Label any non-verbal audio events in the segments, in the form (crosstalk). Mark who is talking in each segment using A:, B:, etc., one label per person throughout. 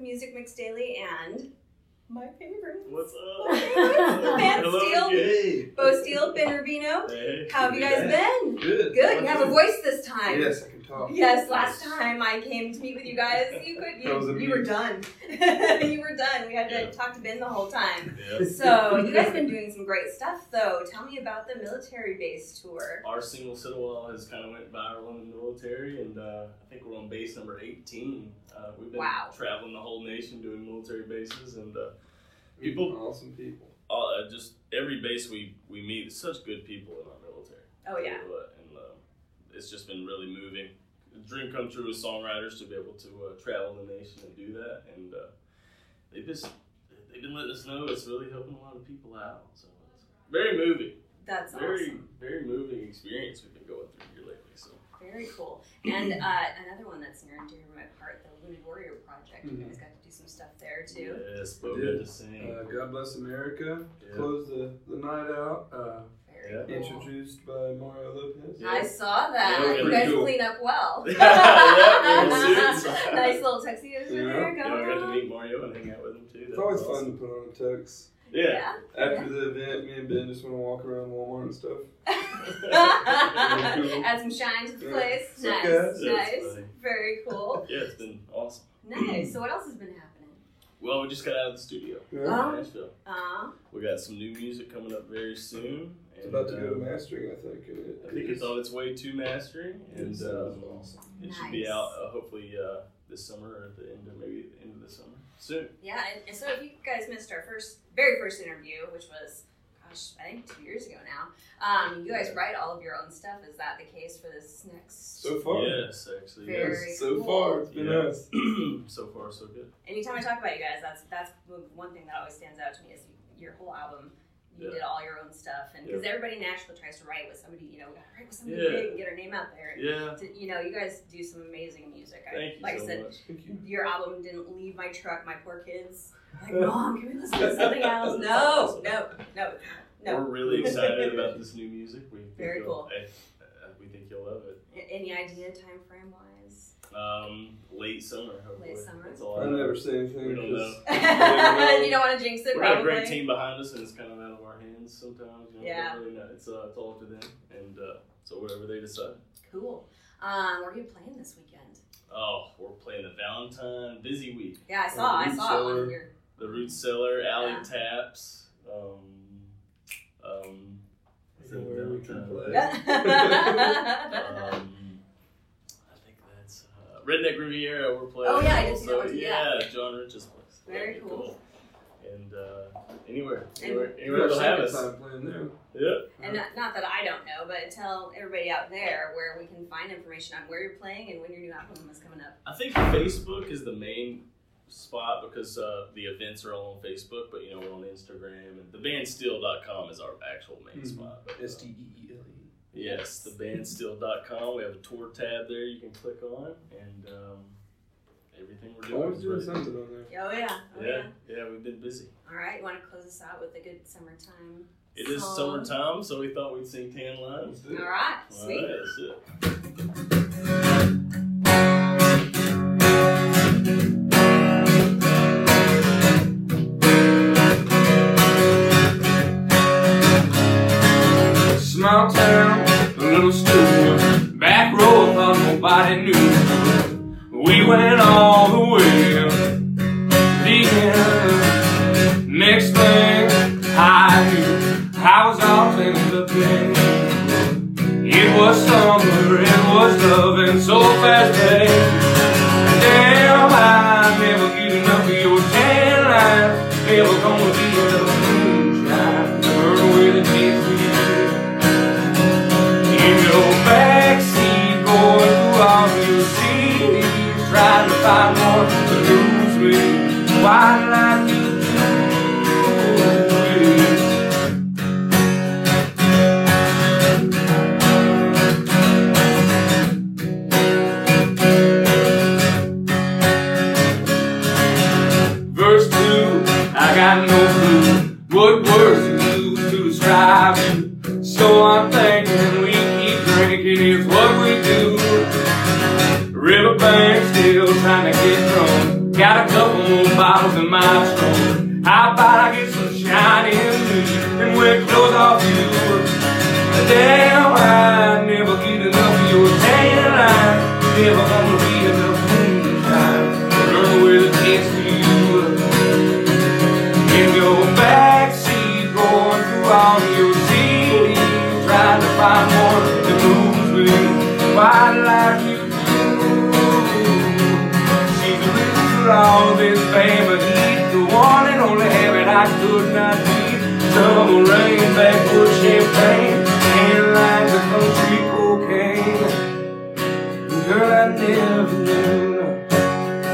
A: Music Mix Daily and my favorite,
B: What's
A: (laughs)
B: up?
A: The Van
B: Hello
A: Steele.
B: again.
C: Hey.
A: Bo Steele, Ben Rubino.
B: Hey.
A: How have you guys been?
C: Good.
A: Good. You have a voice this time.
C: Yes, I can talk.
A: Yes, last time I came to meet with you guys, you could
C: That was a
A: you, you were
C: mute.
A: done. you were done. (laughs) We had to
B: Yeah.
A: talk to Ben the whole
B: (laughs)
A: time.
B: Yeah.
A: So you guys been doing some great stuff though. Tell me about the military base tour.
B: Our single Citadel has kind of went viral in the military, and uh, I think we're on base number 18. Uh, we've been
A: Wow.
B: traveling the whole nation doing military bases, and uh,
C: People. Awesome people.
B: all- uh, just every base we, we meet, such good people in our military.
A: Oh yeah.
B: Uh, and um, it's just been really moving. The dream come true as songwriters to be able to uh, travel the nation and do that, and uh, they've just they've been letting us know it's really helping a lot of people out. So it's very moving,
A: That's
B: very
A: awesome.
B: very moving experience we've been going through here lately. So
A: Very cool. And uh, another one that's near and dear to my heart, the Wounded Warrior Project. You
C: Mhm.
A: guys got to do some stuff there too.
B: yes, but
C: We
B: good
C: did.
B: to sing.
C: Uh, God bless America.
B: Yeah. (laughs)
C: Closed the, the night out. Uh,
A: Very
B: Yeah.
A: cool.
C: introduced by Mario Lopez.
B: Yeah.
A: I saw that.
B: Yeah,
A: you
B: pretty
A: guys
C: cool.
A: clean up
B: (laughs)
A: well.
B: Yeah, little suits.
A: (laughs) nice little tuxedos
C: Yeah.
A: in there.
B: Yeah, I got to
A: going on.
B: meet Mario and hang out with him too.
C: It's
B: That
C: always
B: was
C: fun
B: awesome.
C: to put on a tux.
B: Yeah.
C: After the event, me and Ben just want to walk around Walmart and stuff.
A: (laughs) Yeah. Add some shine to the
C: Yeah.
A: place.
C: Okay.
A: Nice.
C: That's
A: Nice.
B: funny.
A: Very cool.
B: Yeah, it's been awesome.
A: Nice. So what else has been happening?
B: Well, we just got out of the studio. in
C: Yeah.
A: Oh.
B: Nashville.
A: Uh,
B: We got some new music coming up very soon.
C: It's about to
B: and,
C: go to
B: um,
C: mastering, I think. and it-
B: I think it's on its way to mastering, and
C: It sounds
B: um,
C: awesome.
B: it should be
A: Nice.
B: out uh, hopefully uh, this summer or at the end of maybe the end of the summer soon.
A: yeah. And, and so if you guys missed our first, very first interview, which was, gosh, I think two years ago now, um, you guys write all of your own stuff. Is that the case for this next?
C: So far.
B: Yes, actually.
A: Very
B: Yes.
C: So
A: cool.
C: far, it's been
B: Yeah.
C: us.
B: so far, so good.
A: Anytime I talk about you guys, that's that's one thing that always stands out to me is your whole album. You
B: Yeah.
A: did all your own stuff, and because everybody in Nashville tries to write with somebody, you know, we gotta write with somebody
B: Yeah.
A: big and get our name out there.
B: Yeah.
A: To- you know, you guys do some amazing music.
B: Thank you
A: like
B: so
A: I said,
B: much.
C: Thank you.
A: your album didn't leave my truck. My poor
B: (laughs)
A: kids, like, mom, can we listen to something else? No, no, no, no. (laughs)
B: We're really excited about this new music. We think
A: Very
B: you'll-
A: cool.
B: I, uh, we think you'll love it.
A: A- Any idea time frame wise?
B: Um, late summer, hopefully.
A: summer.
B: That's all I
C: I
B: know.
C: never say anything.
B: We don't know.
C: because
B: Yeah,
A: (laughs)
B: we-
A: you don't want to jinx it,
B: We got a
A: probably.
B: great team behind us, and it's kind of out of our hands sometimes. You know,
A: Yeah.
B: we don't really know. It's uh, it's all up to them, and uh, so whatever they decide.
A: Cool. Um, where are you playing this weekend?
B: Oh, we're playing the Valentine busy week.
A: Yeah, I saw. I
C: Root
A: saw one of
C: cellar.
A: your.
B: The Root Cellar, Alley
A: Yeah.
B: Taps. Um, um, what's that
C: Anywhere we
A: (laughs)
C: can
B: Valentine?
C: play.
A: Yeah.
B: Um, I think that's uh, Redneck Riviera. We're playing.
A: Oh, yeah, I did see that
B: also.
A: one too,
B: yeah, John Rich's place.
A: Very
B: That'd be
A: cool.
B: And uh, anywhere,
A: And-
B: anywhere,
C: You got
B: anywhere they'll have
C: second
B: us.
C: time playing there.
B: Yeah.
A: And not, not that I don't know, but tell everybody out there where we can find information on where you're playing and when your new album is coming up.
B: I think Facebook is the main spot because uh, the events are all on Facebook, but you know, we're on Instagram and thebandstill.com is our actual main
C: Mhm.
B: spot. but, uh,
C: S T E E L E.
B: yes, thebandstill.com. We have a tour tab there you can click on and um, everything we're doing.
C: Always
B: is
C: doing
B: really-
C: something on there.
A: Oh, yeah. Oh,
B: Yeah, yeah, we've been busy.
A: All right. You want to close us out with a good summertime?
B: It is
A: song?
B: summertime, so we thought we'd sing Tan Lines.
C: Let's do
A: All
C: it.
A: right.
B: All
A: Sweet.
B: right, that's it.
D: Small town, a little school, back row thought nobody knew. We went all the way, the end. Next thing I knew, I was all things up in It was summer, it was love, and so fast paced. Damn, I never get enough of your tan line. Never gonna be enough moonshine. Burn away the days we had. In your backseat, going through all your CDs, trying to find one to lose me. Why did I do this? Verse 2, I got no clue what words to use to describe you. So I'm thinking we keep drinking is what we do. Riverbank still trying to get drunk. Got a couple more bottles in my trunk. How about I get some shiny blue and we'll close off your damn I never get enough of your tan line. Never gonna be enough moonshine. Girl, with a kiss for you in your backseat, going through all your CDs, trying to find one that moves with you, quite like you do. She's the reason for all this fame, but he's the one and only habit I could not be. Trouble rain, backwood champagne, and lines of country cocaine. Girl, I never knew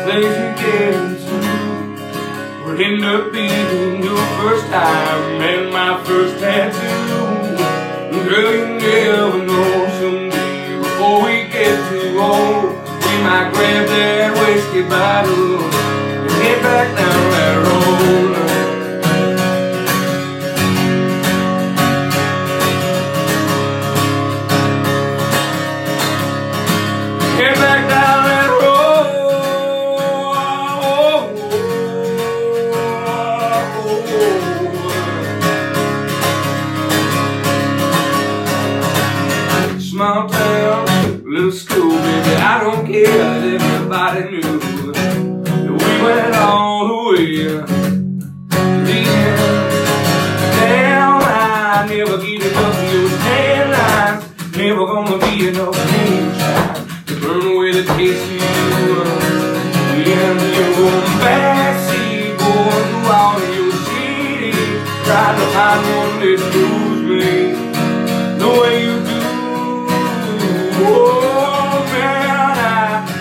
D: things you get into. Would end up being your first time and my first tattoo. Girl, you never know someday before we get too old. We might grab that whiskey bottle and head back down that road. Get back down that road. Small town, little school, baby, I don't care that everybody knew that we went all the way. The end. Damn, I never get enough of your tan lines. Never gonna be enough moonshine to burn away the taste of you. In your backseat, going through all your city, trying to find one that moves me the way you do. Oh man, I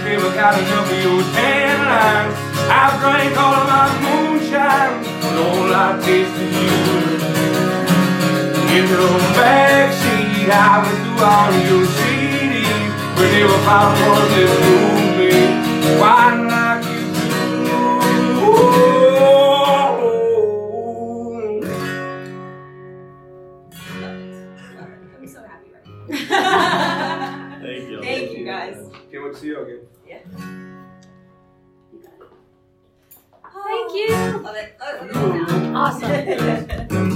D: never got enough of your tan lines. I've drank all of my moonshine, and all I taste is you. In the backseat, I went through all of your CDs, but they were found one that moved me. Why not you? do?
A: I'm so happy right
B: (laughs)
A: now.
B: Thank you.
A: Thank you guys.
C: Can't wait to see you again.
A: Thank you. Love it. Oh, Love it. (laughs)
E: Awesome.
A: Thank